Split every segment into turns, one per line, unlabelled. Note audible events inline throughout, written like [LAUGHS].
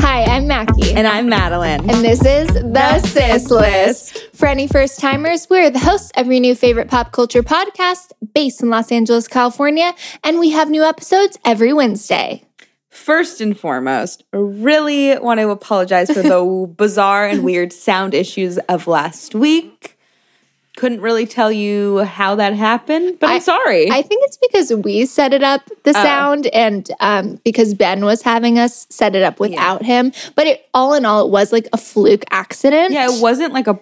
Hi, I'm Mackie.
And I'm Madeline.
And this is The, Sis List.
Sis List.
For any first timers, we're the hosts of your new favorite pop culture podcast based in Los Angeles, California, and we have new episodes every Wednesday.
First and foremost, really want to apologize for
[LAUGHS]
the bizarre and weird sound issues of last week. Couldn't really tell you how that happened, but I,
I-
am sorry. Oh.
I think it's because we set it up, the sound, and um, because Ben was having us set it up without him. But it, all in all, it was like a fluke accident.
yeah, it wasn't like a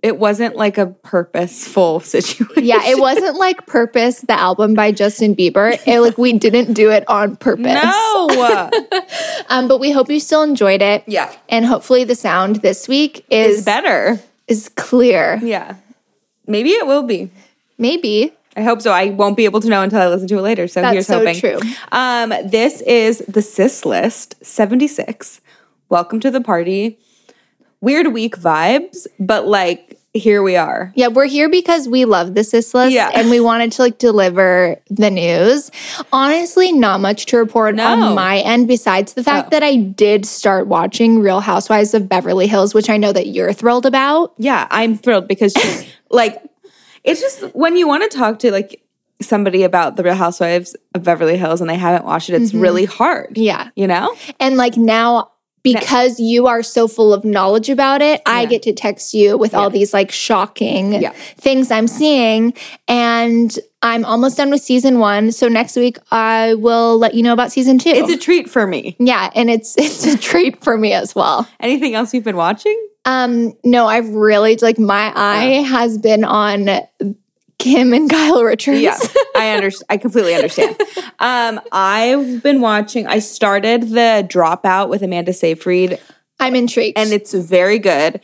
it wasn't like a purposeful [LAUGHS] situation.
Yeah, it wasn't like Purpose, the album by Justin Bieber. It, like we didn't do it on purpose.
No.
[LAUGHS] Um, but we hope you still enjoyed it.
Yeah.
And hopefully the sound this week
It's
is
better.
is clear.
Yeah. Maybe it will be.
Maybe.
I hope so. I won't be able to know until I listen to it later. So
That's
here's
so
hoping.
true.
Um, this is the Sis List 76. Welcome to the party. Weird week vibes, but like here we are.
Yeah, we're here because we love the sis list
Yeah.
and we wanted to like deliver the news. Honestly, not much to report on my end besides the
Oh.
fact that I did start watching Real Housewives of Beverly Hills, which I know that you're thrilled about.
Yeah, I'm thrilled because [LAUGHS] she, like it's just when you want to talk to like somebody about the Real Housewives of Beverly Hills and they haven't watched it, it's really hard.
Yeah.
You know?
And like now, because you are so full of knowledge about it, I get to text you with all these like shocking
Yeah.
things I'm seeing. And I'm almost done with season one. So next week, I will let you know about season two.
It's a treat for me.
yeah. And it's, [LAUGHS] it's a treat for me as well.
Anything else you've been watching?
Um, no, I've really, like, my eye has been on Kim and [LAUGHS] Kyle Richards.
Yeah,
[LAUGHS]
I understand. I completely understand. Um, I've been watching. I started the Dropout with Amanda Seyfried,
I'm intrigued.
and it's very good.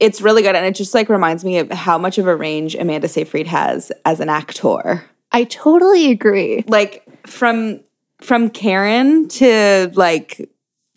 It's really good, and it just like reminds me of how much of a range Amanda Seyfried has as an actor.
I totally agree.
Like from from Karen to like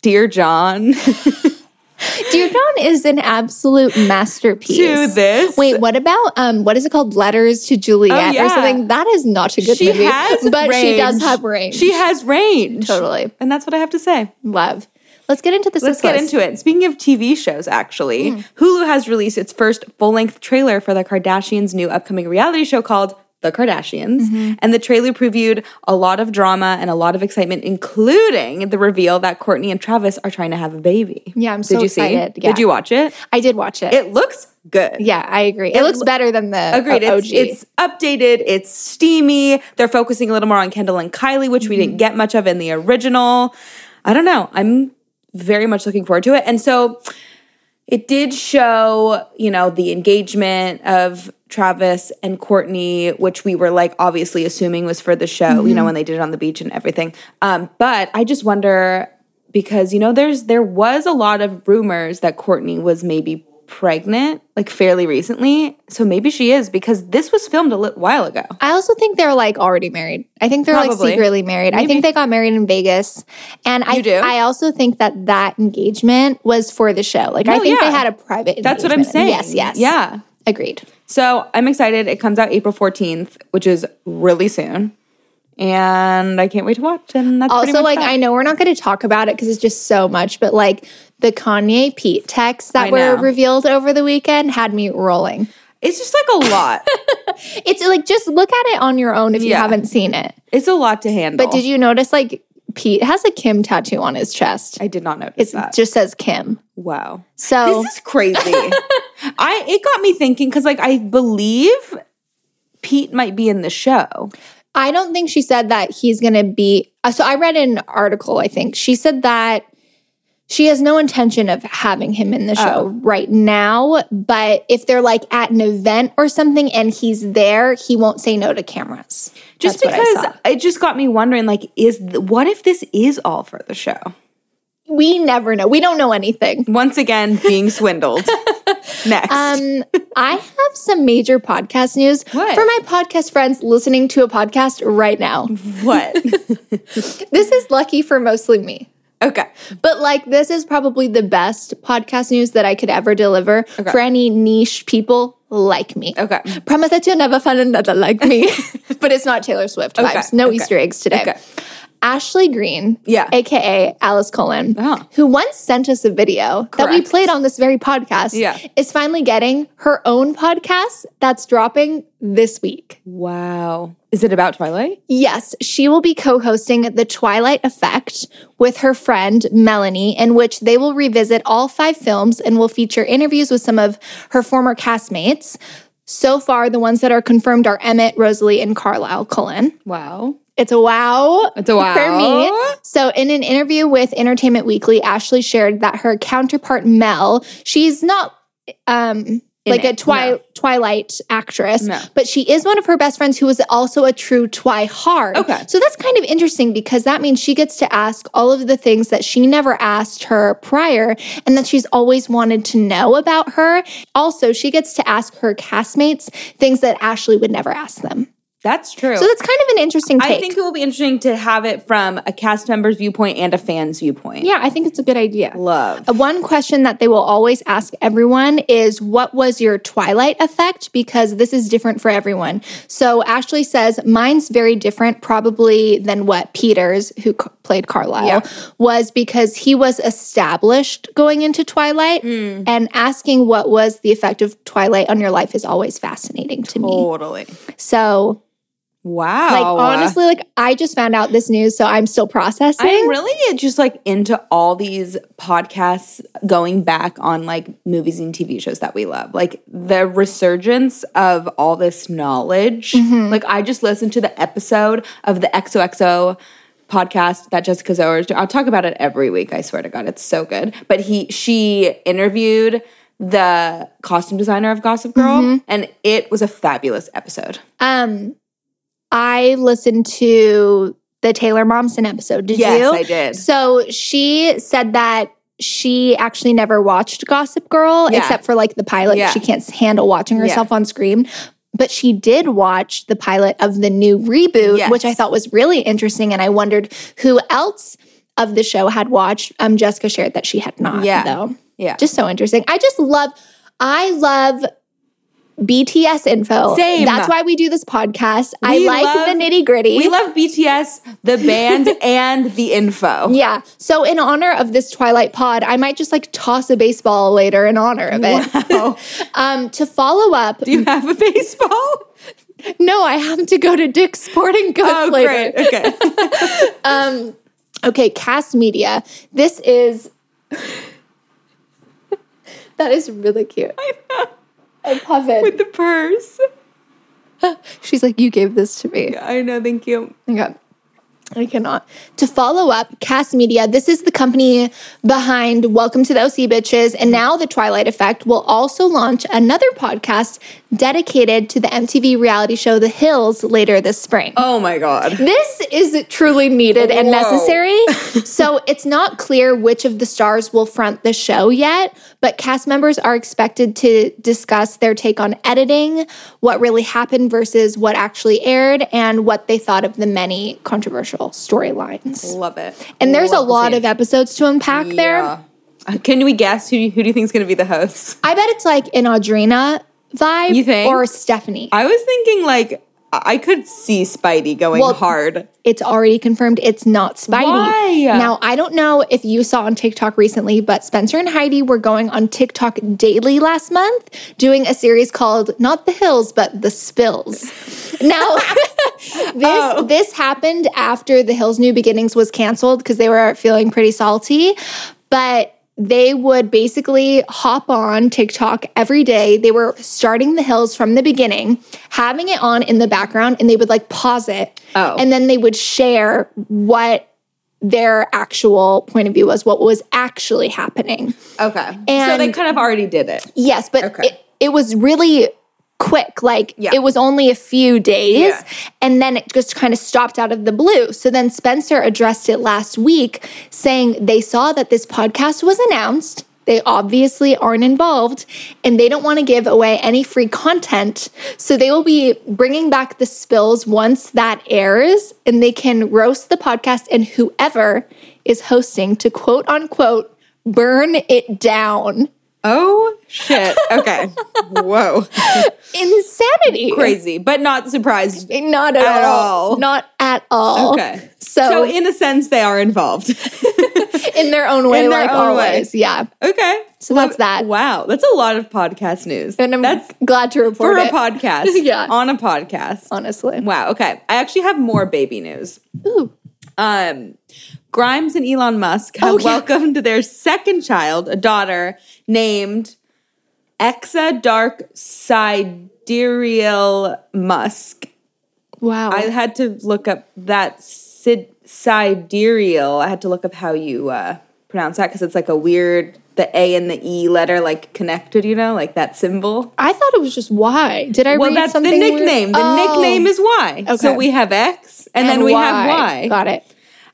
Dear John [LAUGHS]
Dear John is an absolute masterpiece.
to this.
Wait, what about um? What is it called? Letters to Juliet or
Oh, yeah.
something? That is not a good
she
movie,
has,
[LAUGHS] but she does
range.
have range.
She has range,
totally
and that's what I have to say.
love. Let's get into this.
Let's get into it. Speaking of TV shows, actually,
Hmm.
Hulu has released its first full length trailer for The Kardashians' new upcoming reality show called The Kardashians.
Mm-hmm.
And the trailer previewed a lot of drama and a lot of excitement, including the reveal that Courtney and Travis are trying to have a baby.
Yeah, I'm
Did
so
you
excited.
see?
Yeah.
Did you watch it?
I did watch it.
It looks good.
yeah, I agree. It, looks better than the
Agreed.
o- OG.
It's, it's updated. It's steamy. They're focusing a little more on Kendall and Kylie, which we
Mm-hmm.
didn't get much of in the original. I don't know. I'm very much looking forward to it. And so it did show, you know, the engagement of Travis and Courtney, which we were like obviously assuming was for the show, you know, when they did it on the beach and everything. Um, but I just wonder because you know there's there was a lot of rumors that Courtney was maybe pregnant like fairly recently, so maybe she is because this was filmed a little while ago.
I also think they're like already married. I think they're like
Probably.
secretly married. I think they got married in Vegas, and I
You do?
I also think that that engagement was for the show. Like I
No,
think
yeah.
they had a private.
That's what I'm
engagement.
saying.
Yes, yes,
yeah.
agreed.
So I'm excited. It comes out April 14th, which is really soon. And I can't wait to watch. And that's pretty
also
much
like
that.
i know we're not going to talk about it because it's just so much but like the kanye pete texts that
I
were
know.
revealed over the weekend had me rolling
It's just like a
[LAUGHS]
lot.
it's like just look at it on your own if you
Yeah.
haven't seen it
it's a lot to handle.
but did you notice like pete has a kim tattoo on his chest
I did not notice
it
that.
just says kim
wow.
so
This is crazy. [LAUGHS] I it got me thinking because like I believe Pete might be in the show.
i don't think she said that he's going to be uh, so i read an article i think she said that she has no intention of having him in the
Oh.
show right now, but if they're like at an event or something and he's there, he won't say no to cameras.
Just
That's what I
because it just got me wondering, like, is th- what if this is all for the show?
We never know. We don't know anything.
Once again,
[LAUGHS]
being swindled. Next, [LAUGHS]
Um, I have some major podcast news
What?
for my podcast friends listening to a podcast right now.
Mm-hmm. what?
This is lucky for mostly me.
[LAUGHS] okay,
But like this is probably the best podcast news that I could ever deliver for any niche people like me.
Okay.
Promise that you'll never find another like
[LAUGHS]
me. but it's not Taylor Swift
Okay,
vibes. No
okay,
Easter eggs today.
okay.
Ashley Green,
Yeah.
aka Alice Colin,
Uh-huh.
who once sent us a video that we
Correct.
played on this very podcast,
Yeah.
is finally getting her own podcast that's dropping this week.
Wow. Is it about Twilight?
Yes, she will be co hosting The Twilight Effect with her friend Melanie, in which they will revisit all five films and will feature interviews with some of her former castmates. So far, the ones that are confirmed are Emmett, Rosalie, and Carlisle Cullen.
Wow.
It's a wow.
It's a wow.
For me. So, in an interview with Entertainment Weekly, Ashley shared that her counterpart Mel, she's not um, like a
it,
twi-
no.
Twilight actress,
No.
but she is one of her best friends who is also a true Twihard.
Okay.
So, that's kind of interesting because that means she gets to ask all of the things that she never asked her prior and that she's always wanted to know about her. Also, she gets to ask her castmates things that Ashley would never ask them.
That's true.
So, that's kind of an interesting take.
I think it will be interesting to have it from a cast member's viewpoint and a fan's viewpoint.
Yeah, I think it's a good idea.
Love.
Uh, One question that they will always ask everyone is what was your twilight effect? Because this is different for everyone. So Ashley says mine's very different, probably than what Peter's, who c- played Carlisle,
Yeah.
was because he was established going into Twilight, and asking what was the effect of Twilight on your life is always fascinating to me.
Totally.
So,
Wow.
like honestly, like I just found out this news, so I'm still processing.
I'm really just like into all these podcasts going back on like movies and TV shows that we love. Like the resurgence of all this knowledge. Like I just listened to the episode of the XOXO podcast that Jessica Zoe is doing. I'll talk about it every week, I swear to God. It's so good. But he she interviewed the costume designer of Gossip Girl and it was a fabulous episode.
Um, I listened to the Taylor Momsen episode. Did
yes,
you?
I did.
So she said that she actually never watched Gossip Girl
Yeah.
except for like the pilot.
Yeah.
She can't handle watching herself on screen. But she did watch the pilot of the new reboot,
Yes.
which I thought was really interesting. And I wondered who else of the show had watched. Um, Jessica shared that she had not,
Yeah.
though.
Yeah.
Just so interesting. I just love, I love BTS info.
Same.
That's why we do this podcast. I
We
like
love-
the nitty gritty.
We love BTS, the [LAUGHS] band, and the info.
yeah. So in honor of this Twilight pod, I might just like toss a baseball later in honor of it.
Wow.
[LAUGHS] Um, to follow up,
Do you have a baseball?
no, I have to go to Dick's Sporting Goods
[LAUGHS] Oh,
later.
great. Okay. [LAUGHS]
Okay, Cast Media. This
[LAUGHS]
is that is really cute. I know. I love it.
the purse.
She's like, you gave this to me.
I know. Thank you.
Okay. I cannot. To follow up, Cast Media, this is the company behind Welcome to the OC Bitches, and now The Twilight Effect will also launch another podcast dedicated to the MTV reality show The Hills later this spring.
Oh my God.
This is truly needed and
Whoa. [LAUGHS]
necessary. so it's not clear which of the stars will front the show yet, but cast members are expected to discuss their take on editing, what really happened versus what actually aired, and what they thought of the many controversial storylines.
Love it.
And there's a
Love to
lot
see
of episodes to unpack
it.
there.
Yeah. Uh, Can we guess who who do you think is going to be the host?
I bet it's like an Audrina vibe
You think?
or Stephanie.
I was thinking like I I could see Spidey going
Well,
hard.
It's already confirmed it's not Spidey.
Why?
Now, I don't know if you saw on TikTok recently, but Spencer and Heidi were going on TikTok daily last month doing a series called Not the Hills, but The Spills. Now, this this happened after The Hills New Beginnings was canceled because they were feeling pretty salty, but they would basically hop on TikTok every day. They were starting the hills from the beginning, having it on in the background, and they would like pause it.
Oh.
And then they would share what their actual point of view was, what was actually happening.
Okay. so
And-
they kind of already did it.
Yes, but
Okay.
it, it was really quick. Like
Yeah.
it was only a few days
Yeah.
and then it just kind of stopped out of the blue. So then Spencer addressed it last week saying they saw that this podcast was announced. They obviously aren't involved and they don't want to give away any free content. So they will be bringing back the spills once that airs and they can roast the podcast and whoever is hosting to quote unquote burn it down.
Oh shit.
[LAUGHS]
Okay. Whoa.
Insanity.
Crazy, but not surprised.
Not at,
At
all.
all.
Not at all.
Okay.
So,
So,
in,
in a sense, they are involved. [LAUGHS]
their own way,
in their
like
own way.
always. Yeah.
okay.
So that's that.
Wow. That's a lot of podcast news.
And I'm
that's
glad to report
for a
it, [LAUGHS]
podcast.
Yeah.
On a podcast.
honestly.
Wow. Okay. I actually have more baby news.
Ooh.
Um, Grimes and Elon Musk have
Oh, yeah.
welcomed their second child, a daughter named Exa Dark Sidereal Musk.
Wow.
I had to look up that Sid- sidereal. I had to look up how you uh, pronounce that because it's like a weird, the A and the E letter like connected, you know, like that symbol.
I thought it was just why. Did I
Well,
read
that's the
something weird?
nickname. The
Oh.
nickname is Y. So
Okay.
we have X and, then we have Y.
Got it.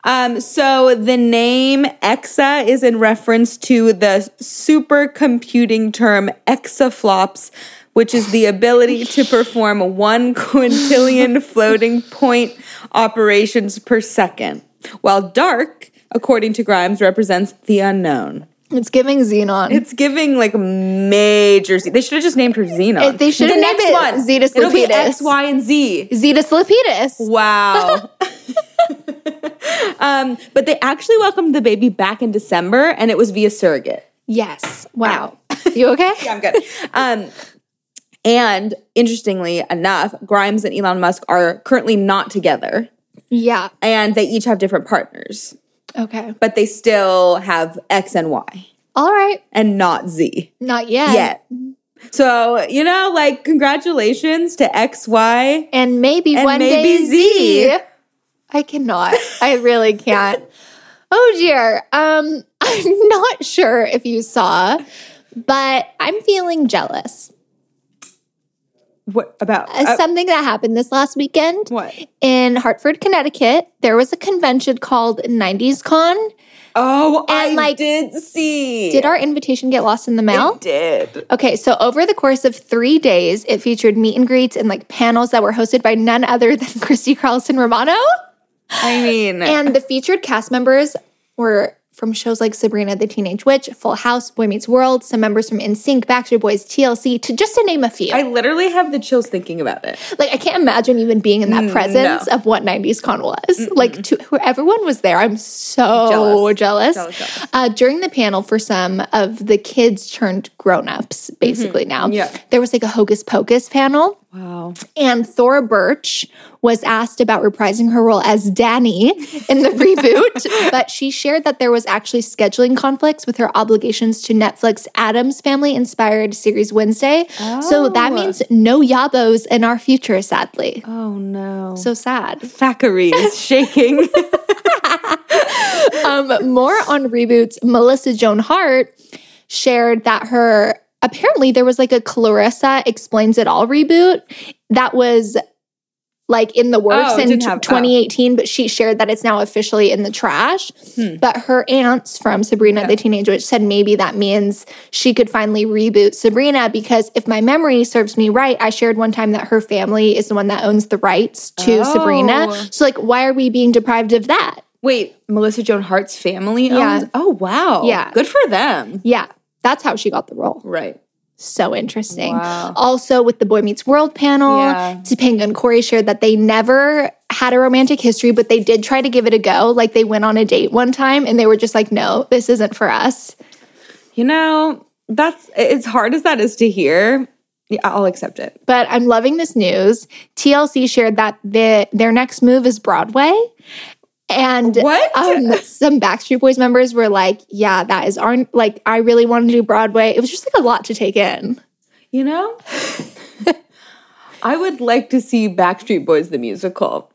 Um, so the name exa is in reference to the supercomputing term exaflops, which is the ability to perform one [LAUGHS] quintillion floating point operations per second. While dark, according to Grimes, represents the unknown.
It's giving Xenon.
It's giving like major. Z- they should have just named her Xena.
It- they should have
the
named
next
it
one.
Zetas
It'll be
Lapidus.
X, Y, and Z.
Zeta Slapidus.
Wow. [LAUGHS] um, but they actually welcomed the baby back in December, and it was via surrogate.
Yes. Wow. You
[LAUGHS]
okay?
I'm good. um, and interestingly enough, Grimes and Elon Musk are currently not together,
Yeah.
and they each have different partners,
Okay.
but they still have X and Y,
All right.
and not Z
Not yet.
yet. So you know, like congratulations to X, Y.
And maybe
And
one
maybe
day
Z.
Z. I cannot. I really can't. [LAUGHS] Oh dear. Um, [LAUGHS] I'm not sure if you saw, but I'm feeling jealous.
What about
Uh,
uh,
something that happened this last weekend
what?
in Hartford, Connecticut. There was a convention called 90s Con.
Oh, I
And, like,
did see.
Did our invitation get lost in the mail?
It did.
Okay, so over the course of three days, it featured meet and greets and like panels that were hosted by none other than [LAUGHS] Christy Carlson Romano.
I mean,
And the featured cast members were from shows like Sabrina the Teenage Witch, Full House, Boy Meets World, some members from NSYNC, Backstreet Boys, TLC, to just to name a few.
I literally have the chills thinking about it.
like, I can't imagine even being in that
Mm,
presence of what 90s Con was. Like, to, who- everyone was there. I'm so jealous.
Jealous, jealous.
Uh, during the panel, for some of the kids turned grown ups, basically now,
Mm-hmm. Yeah.
there was like a Hocus Pocus panel.
Wow.
And Thora Birch was asked about reprising her role as Danny in the reboot, but she shared that there was actually scheduling conflicts with her obligations to Netflix Adams Family inspired series Wednesday. So that means no yabos in our future, sadly.
Oh no.
So
So
sad.
Thackeray [LAUGHS] is shaking.
Um, more on reboots, Melissa Joan Hart shared that her apparently there was like a Clarissa Explains It All reboot that was like in the works
Oh, it
in
didn't have- oh.
2018, but she shared that it's now officially in the trash.
Hmm.
But her aunts from Sabrina the Teenage Witch said maybe that means she could finally reboot Sabrina because if my memory serves me right, I shared one time that her family is the one that owns the rights to Sabrina.
Oh.
So like why are we being deprived of that?
Wait, Melissa Joan Hart's family
Yeah.
owns. Oh wow.
Yeah.
Good for them.
Yeah, that's how she got the role.
Right.
So interesting.
Wow.
Also, with the Boy Meets World panel,
Yeah.
Topanga and Corey shared that they never had a romantic history, but they did try to give it a go. Like they went on a date one time and they were just like, no, this isn't for us.
You know, that's as hard as that is to hear. Yeah, I'll accept it.
But I'm loving this news. TLC shared that the, their next move is Broadway. And
What?
um, some Backstreet Boys members were like, yeah, that is our, like, I really want to do Broadway. It was just like a lot to take in.
You know? [LAUGHS] I would like to see Backstreet Boys the musical.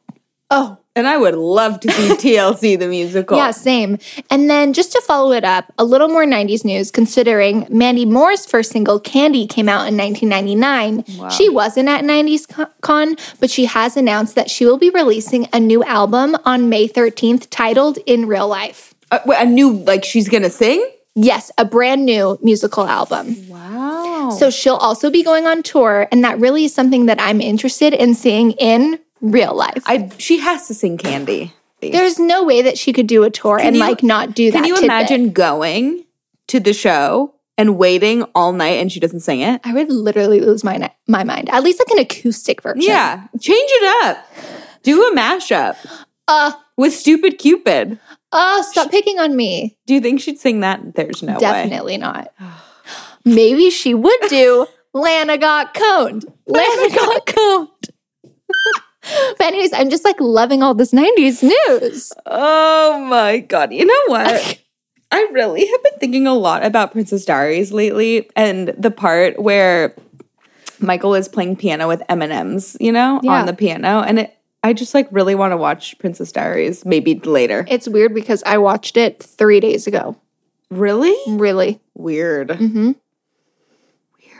Oh,
And I would love to [LAUGHS] see TLC the musical.
Yeah, same. And then just to follow it up, a little more 90s news considering Mandy Moore's first single, Candy, came out in 1999. She wasn't at 90s Con- Con, but she has announced that she will be releasing a new album on May 13th titled In Real Life.
Uh, wait, a new like she's gonna sing.
Yes, a brand new musical album.
Wow.
So she'll also be going on tour, and that really is something that I'm interested in seeing in real life.
I she has to sing Candy.
There's no way that she could do a tour and
you-
like not do that.
Can you
tidbit.
imagine going to the show and waiting all night and she doesn't sing it.
I would literally lose my ni- my mind. At least like an acoustic version.
Yeah. Change it up. Do a mashup
Uh,
with Stupid Cupid.
uh, stop picking on me.
Do you think she'd sing that? There's no way.
Definitely
[SIGHS]
not. Maybe she would do Lana got coned. Lana got coned. [LAUGHS] but anyways, I'm just like loving all this 90s news.
Oh my God. You know what? I really have been thinking a lot about Princess Diaries lately and the part where Michael is playing piano with M&Ms, you know,
Yeah.
on the piano. And it, I just like really want to watch Princess Diaries maybe later.
It's weird because I watched it three days ago.
Really?
Really.
Weird.
Mm-hmm.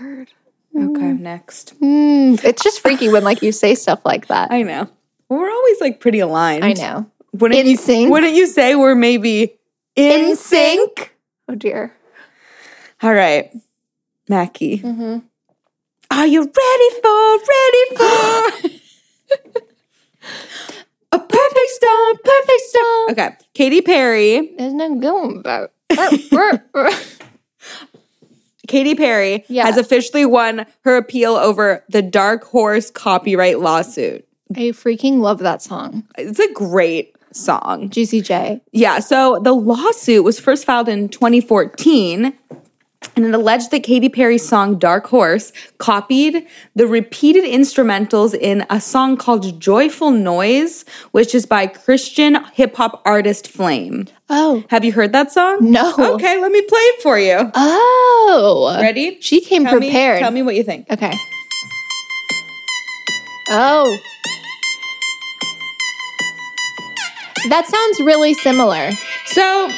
Weird. Okay,
Mm.
next.
it's just freaky when like you say stuff like
[LAUGHS]
that.
I know. We're always like pretty aligned.
I know.
Wouldn't
In
you,
sync?
Wouldn't you say we're maybe in, sync?
Oh dear.
All right, Mackie.
Mm-hmm.
Are you ready for, ready for [LAUGHS] a perfect storm, perfect storm? Okay, Katy Perry.
There's no going
[LAUGHS]
about. That's
Katy Perry
Yeah.
has officially won her appeal over the Dark Horse copyright lawsuit.
I freaking love that song.
It's a great song.
Juicy J.
Yeah, so the lawsuit was first filed in 2014. And it alleged that Katy Perry's song Dark Horse copied the repeated instrumentals in a song called Joyful Noise, which is by Christian hip hop artist Flame.
Oh.
Have you heard that song?
No.
Okay, let me play it for you.
Oh.
Ready?
She came
Tell me-
prepared.
tell me what you think.
Okay. Oh. That sounds really similar.
So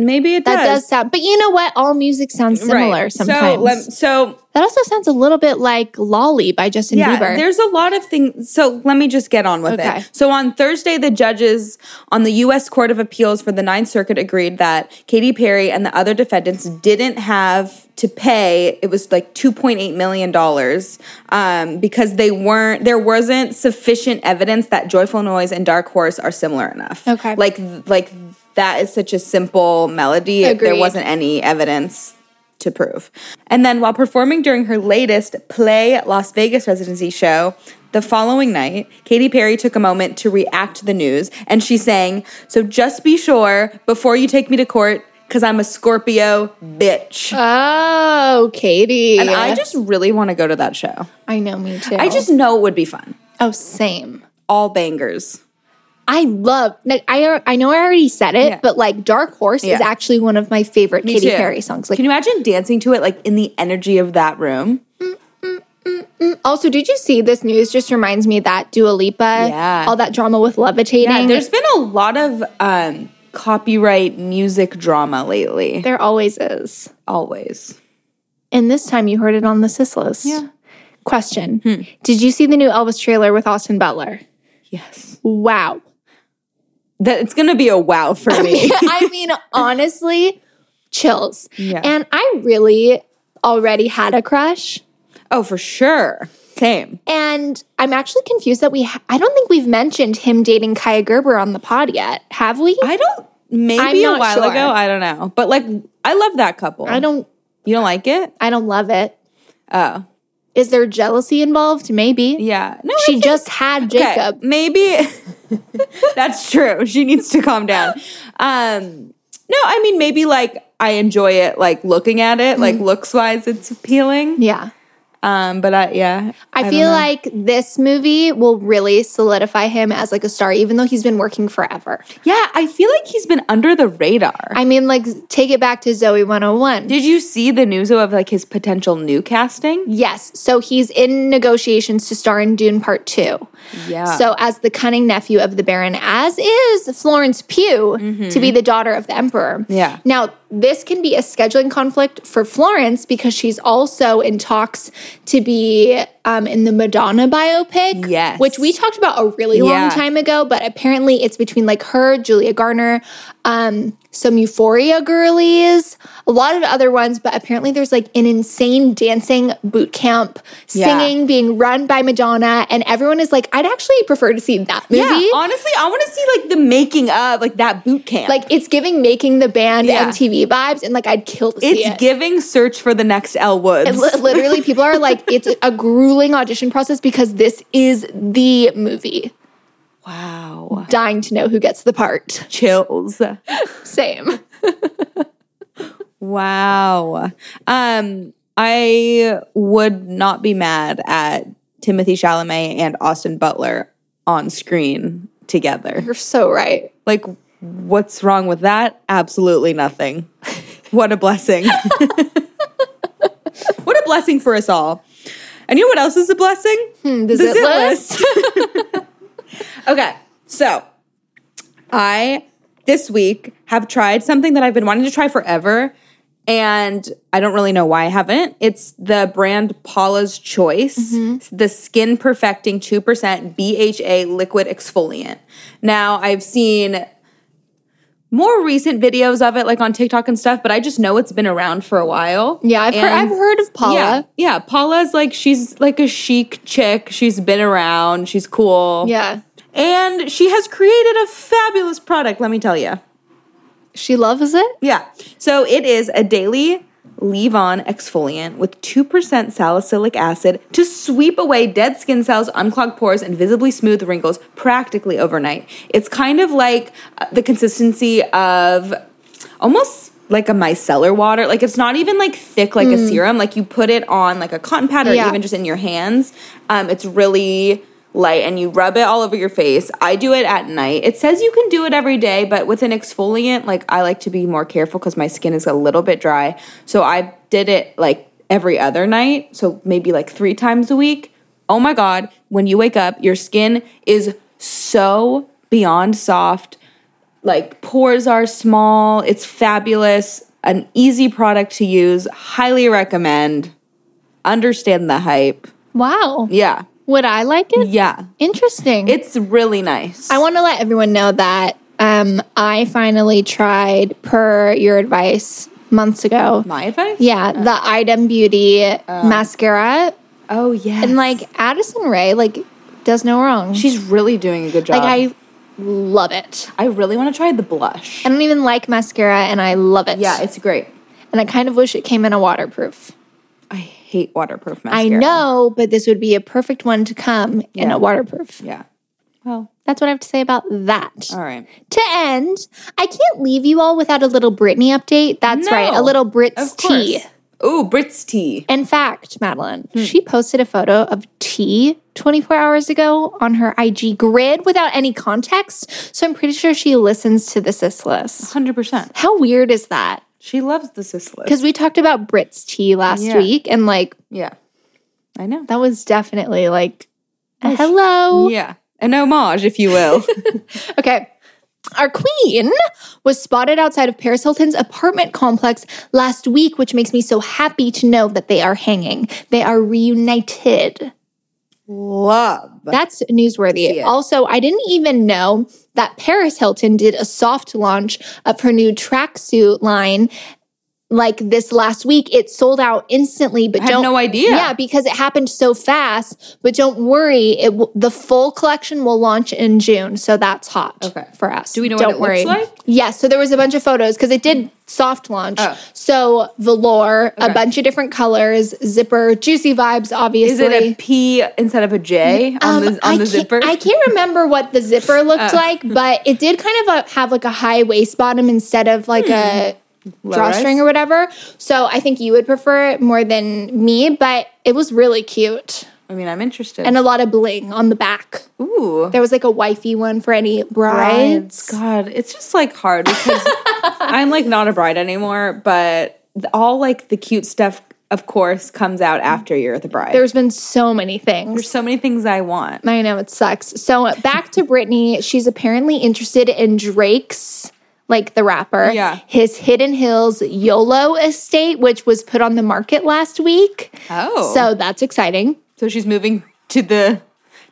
maybe it
That
does.
does sound, but you know what? All music sounds similar
right.
sometimes.
So, lem- so
that also sounds a little bit like "Lolly" by Justin
yeah,
Bieber.
there's a lot of things. So let me just get on with
Okay.
it. So on Thursday, the judges on the U.S. Court of Appeals for the Ninth Circuit agreed that Katy Perry and the other defendants didn't have to pay. It was like 2.8 million dollars um, because they weren't. There wasn't sufficient evidence that Joyful Noise and Dark Horse are similar enough.
Okay.
like like that is such a simple melody. There
Agreed.
wasn't wasn't any evidence to prove. And then while performing during her latest Play Las Vegas residency show, the following night, Katy Perry took a moment to react to the news and she sang, So just be sure before you take me to court, because I'm a Scorpio bitch.
oh, Katie.
and I just really want to go to that show.
I know me too.
I just know it would be fun.
oh, same.
All bangers.
I love. Like, I I know I already said it,
Yeah.
but like "Dark Horse"
Yeah.
is actually one of my favorite Katy
too.
Perry songs. Like,
Can you imagine dancing to it like in the energy of that room?
also, did you see this news? Just reminds me that Dua Lipa,
Yeah.
all that drama with levitating.
Yeah, there's been a lot of um, copyright music drama lately.
there always is.
Always.
And this time, you heard it on the Sis List. Question:
Hmm.
Did you see the new Elvis trailer with Austin Butler?
Yes.
Wow. [LAUGHS]
That it's gonna be a wow for me.
I mean, honestly, chills.
Yeah.
And I really already had a crush.
[LAUGHS] oh, for sure. Same.
And I'm actually confused that we, ha- I don't think we've mentioned him dating Kaya Gerber on the pod yet. Have we? I,
I don't. Maybe
I'm
a
not
while
sure.
ago. I don't know. But like, I love that couple.
don't,
You don't like it?
I don't love it.
Oh,
Is there jealousy involved? Maybe.
yeah. No,
She
I
just had
think-
Jacob.
okay, Maybe [LAUGHS] that's true. She needs to calm down. Um, no, I mean maybe like I enjoy it, like looking at it,
Mm-hmm.
like looks wise, it's appealing.
Yeah.
Um, but I yeah,
I,
don't
feel
know.
like this movie will really solidify him as like a star, even though he's been working forever.
Yeah, I feel like he's been under the radar.
I mean, like, take it back to Zoe 101.
Did you see the news of like his potential new casting?
Yes. So he's in negotiations to star in Dune Part 2.
Yeah.
So, as the cunning nephew of the Baron, as is Florence Pugh to be the daughter of the Emperor.
Mm-hmm. Yeah.
Now, this can be a scheduling conflict for Florence because she's also in talks to be um, in the Madonna biopic.
Yes.
Which we talked about a really
Yeah.
long time ago, but apparently it's between like her, Julia Garner, um, some Euphoria girlies, a lot of other ones, but apparently there's like an insane dancing boot camp,
Yeah.
singing being run by Madonna, and everyone is like, I'd actually prefer to see that movie.
Yeah, honestly, I want to see like the making of like that boot camp.
like it's giving making the band
Yeah.
MTV vibes, and like I'd kill to see
it's
it.
giving search for the next Elle Woods.
It li- literally, people are
[LAUGHS]
like, it's a grueling audition process because this is the movie.
wow,
Dying to know who gets the part.
chills.
Same.
Wow. Um, I would not be mad at Timothy Chalamet and Austin Butler on screen together.
You're so right.
Like, what's wrong with that? Absolutely nothing. [LAUGHS] What a blessing. [LAUGHS] what a blessing for us all. And you know what else is a blessing?
The, zit list.
[LAUGHS] okay, so I this week have tried something that I've been wanting to try forever, and I don't really know why I haven't. It's the brand Paula's Choice,
Mm-hmm.
the skin perfecting 2% BHA liquid exfoliant. Now, I've seen more recent videos of it, like on TikTok and stuff, but I just know it's been around for a while.
Yeah, I've, heard,
And-
I've heard of Paula.
yeah, yeah. Paula's like she's like a chic chick. She's been around. She's cool.
Yeah.
and she has created a fabulous product. Let me tell you.
She loves it.
Yeah. So it is a daily leave-on exfoliant with two percent salicylic acid to sweep away dead skin cells, unclog pores, and visibly smooth wrinkles practically overnight. It's kind of like uh, the consistency of almost like a micellar water. Like it's not even like thick like a serum. Like you put it on like a cotton pad or
Mm. Yeah.
even just in your hands. Um, it's really light and you rub it all over your face. I do it at night. It says you can do it every day, but with an exfoliant, like I like to be more careful because my skin is a little bit dry. So I did it like every other night. So maybe like three times a week. Oh my God. When you wake up, your skin is so beyond soft like pores are small it's fabulous an easy product to use highly recommend understand the hype
Wow.
yeah
Would I like it?
yeah
Interesting.
it's really nice
I want to let everyone know that um, I finally tried, per your advice, months ago.
my advice
Yeah, the Item Beauty
Uh.
mascara.
oh yeah
And like Addison Ray, like, does no wrong.
she's really doing a good job
like, I love it.
i really want to try the blush
I don't even like mascara and I love it.
yeah it's great
and I kind of wish it came in a waterproof.
i hate waterproof mascara
I know, but this would be a perfect one to come in
Yeah.
a waterproof.
yeah well
That's what I have to say about that.
all right
To end, I can't leave you all without a little Britney update. That's
No,
right, a little Brits
of
tea.
course Hmm. oh brits tea
In fact, Madeline, she posted a photo of tea 24 hours ago on her IG grid without any context. So I'm pretty sure she listens to the sis list.
100%
How weird is that?
she loves the sis list
Because we talked about Brits tea last
Yeah.
week and like
yeah i know
that was definitely like a hello.
yeah an homage if you
[LAUGHS]
will
Okay. Our queen was spotted outside of Paris Hilton's apartment complex last week, which makes me so happy to know that they are hanging. They are reunited.
love
That's newsworthy.
it.
Also, I didn't even know that Paris Hilton did a soft launch of her new tracksuit line like this last week. It sold out instantly, but
I had
don't
no idea.
Yeah, because it happened so fast. But don't worry, it w- the full collection will launch in June, so that's hot
Okay.
for us. Do
we know what
don't
it looks
worry.
like?
Yes. so there was a bunch of photos because it did soft launch.
Oh.
So velour, a
Okay.
bunch of different colors, zipper, juicy vibes. Obviously,
Is it a P instead of a J on
um,
the on
I
the
can't-
zipper? Oh.
I can't remember what the
[LAUGHS]
zipper looked like, but it did kind of uh have like a high waist bottom instead of like a
Hmm.
drawstring
rise?
or whatever. So I think you would prefer it more than me, but it was really cute
I mean, I'm interested.
and a lot of bling on the back.
Ooh,
There was like a wifey one for any brides.
brides. God, it's just like hard [LAUGHS] because I'm like not a bride anymore, but th- all like the cute stuff, of course, comes out after you're the bride.
There's been so many things.
There's so many things I want.
I know it sucks. So uh, back to Britney, she's apparently interested in Drake's, like the rapper,
Yeah.
his Hidden Hills YOLO estate, which was put on the market last week.
Oh, so
So that's exciting,
so she's moving to the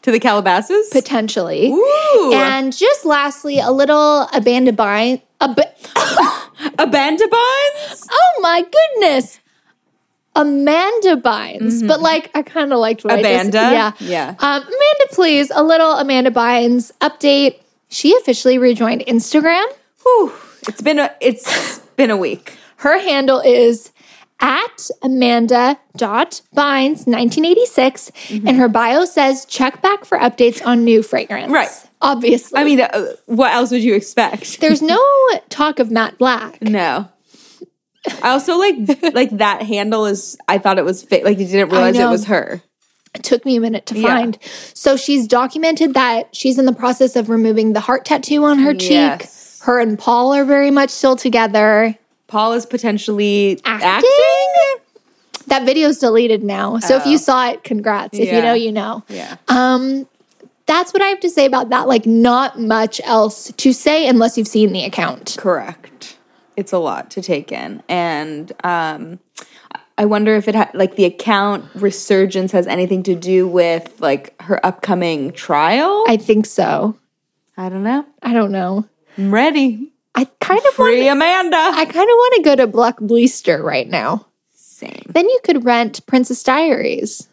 to the Calabasas.
potentially.
Ooh,
And just lastly, a little abandoned by A ba-
Amanda Bynes?
oh my goodness. Amanda Bynes. But like I kind of liked what
Mm-hmm. Amanda?
I just, yeah.
Yeah.
Um, Amanda, please, a little Amanda Bynes update. She officially rejoined Instagram.
Whew. It's been a it's been a week.
Her handle is at Amanda.Bynes1986.
Mm-hmm.
And her bio says check back for updates on new fragrance.
Right.
Obviously.
I mean, uh, what else would you
[LAUGHS]
expect?
there's no talk of Matt Black.
No. I also [LAUGHS] like like that handle is I thought it was fake. Like you didn't realize it
know.
was her.
It took me a minute to
Yeah.
find. So she's documented that she's in the process of removing the heart tattoo on her cheek.
Yes.
Her and Paul are very much still together.
Paul is potentially
Acting?
acting.
That video's deleted now. So if
Oh.
you saw it, congrats. If you
Yeah.
know, you know.
Yeah.
That's what I have to say about that. Like, not much else to say unless you've seen the account.
Correct. It's a lot to take in. And um I wonder if it ha- like the account resurgence has anything to do with like her upcoming trial. I,
I think so.
don't know.
I don't know.
I'm ready.
I kind of want.
Free Amanda.
I kind of want to go to Black Bleaster right now.
Same.
Then you could rent Princess Diaries.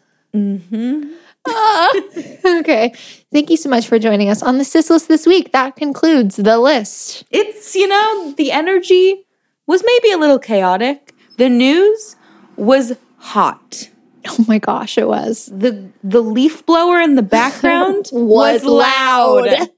Mm-hmm. okay. Thank you so much for joining us on the Sis List this week. That concludes the list.
It's you know, the energy was maybe a little chaotic. The news was hot.
Oh my gosh, it was.
The the leaf blower in the [LAUGHS] background
Was
was,
loud.
loud.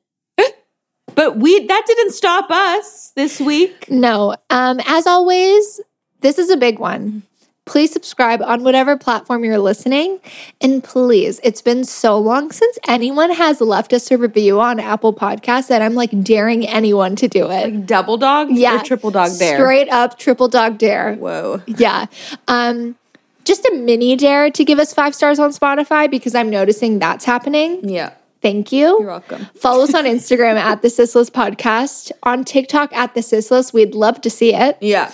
[LAUGHS] but we that didn't stop us this week.
No. Um, as always, this is a big one. Please subscribe on whatever platform you're listening. And please, it's been so long since anyone has left us a review on Apple Podcasts that I'm like daring anyone to do it.
Double dog
Yeah.
or triple dog there.
Straight up triple dog dare.
Whoa.
Yeah. Um, just a mini dare to give us five stars on Spotify because I'm noticing that's happening.
Yeah.
Thank you.
You're welcome.
Follow us on Instagram at the Sisless Podcast, on TikTok at the Sisless. We'd love to see it.
Yeah.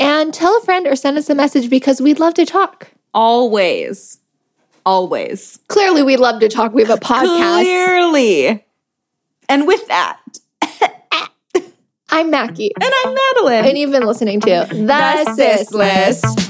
And tell a friend or send us a message because we'd love to talk.
Always. Always.
Clearly, we love to talk. We have a podcast.
Clearly. And with that,
I'm Mackie.
and I'm Madeline.
And you've been listening to The,
Sis
Sisless.
List.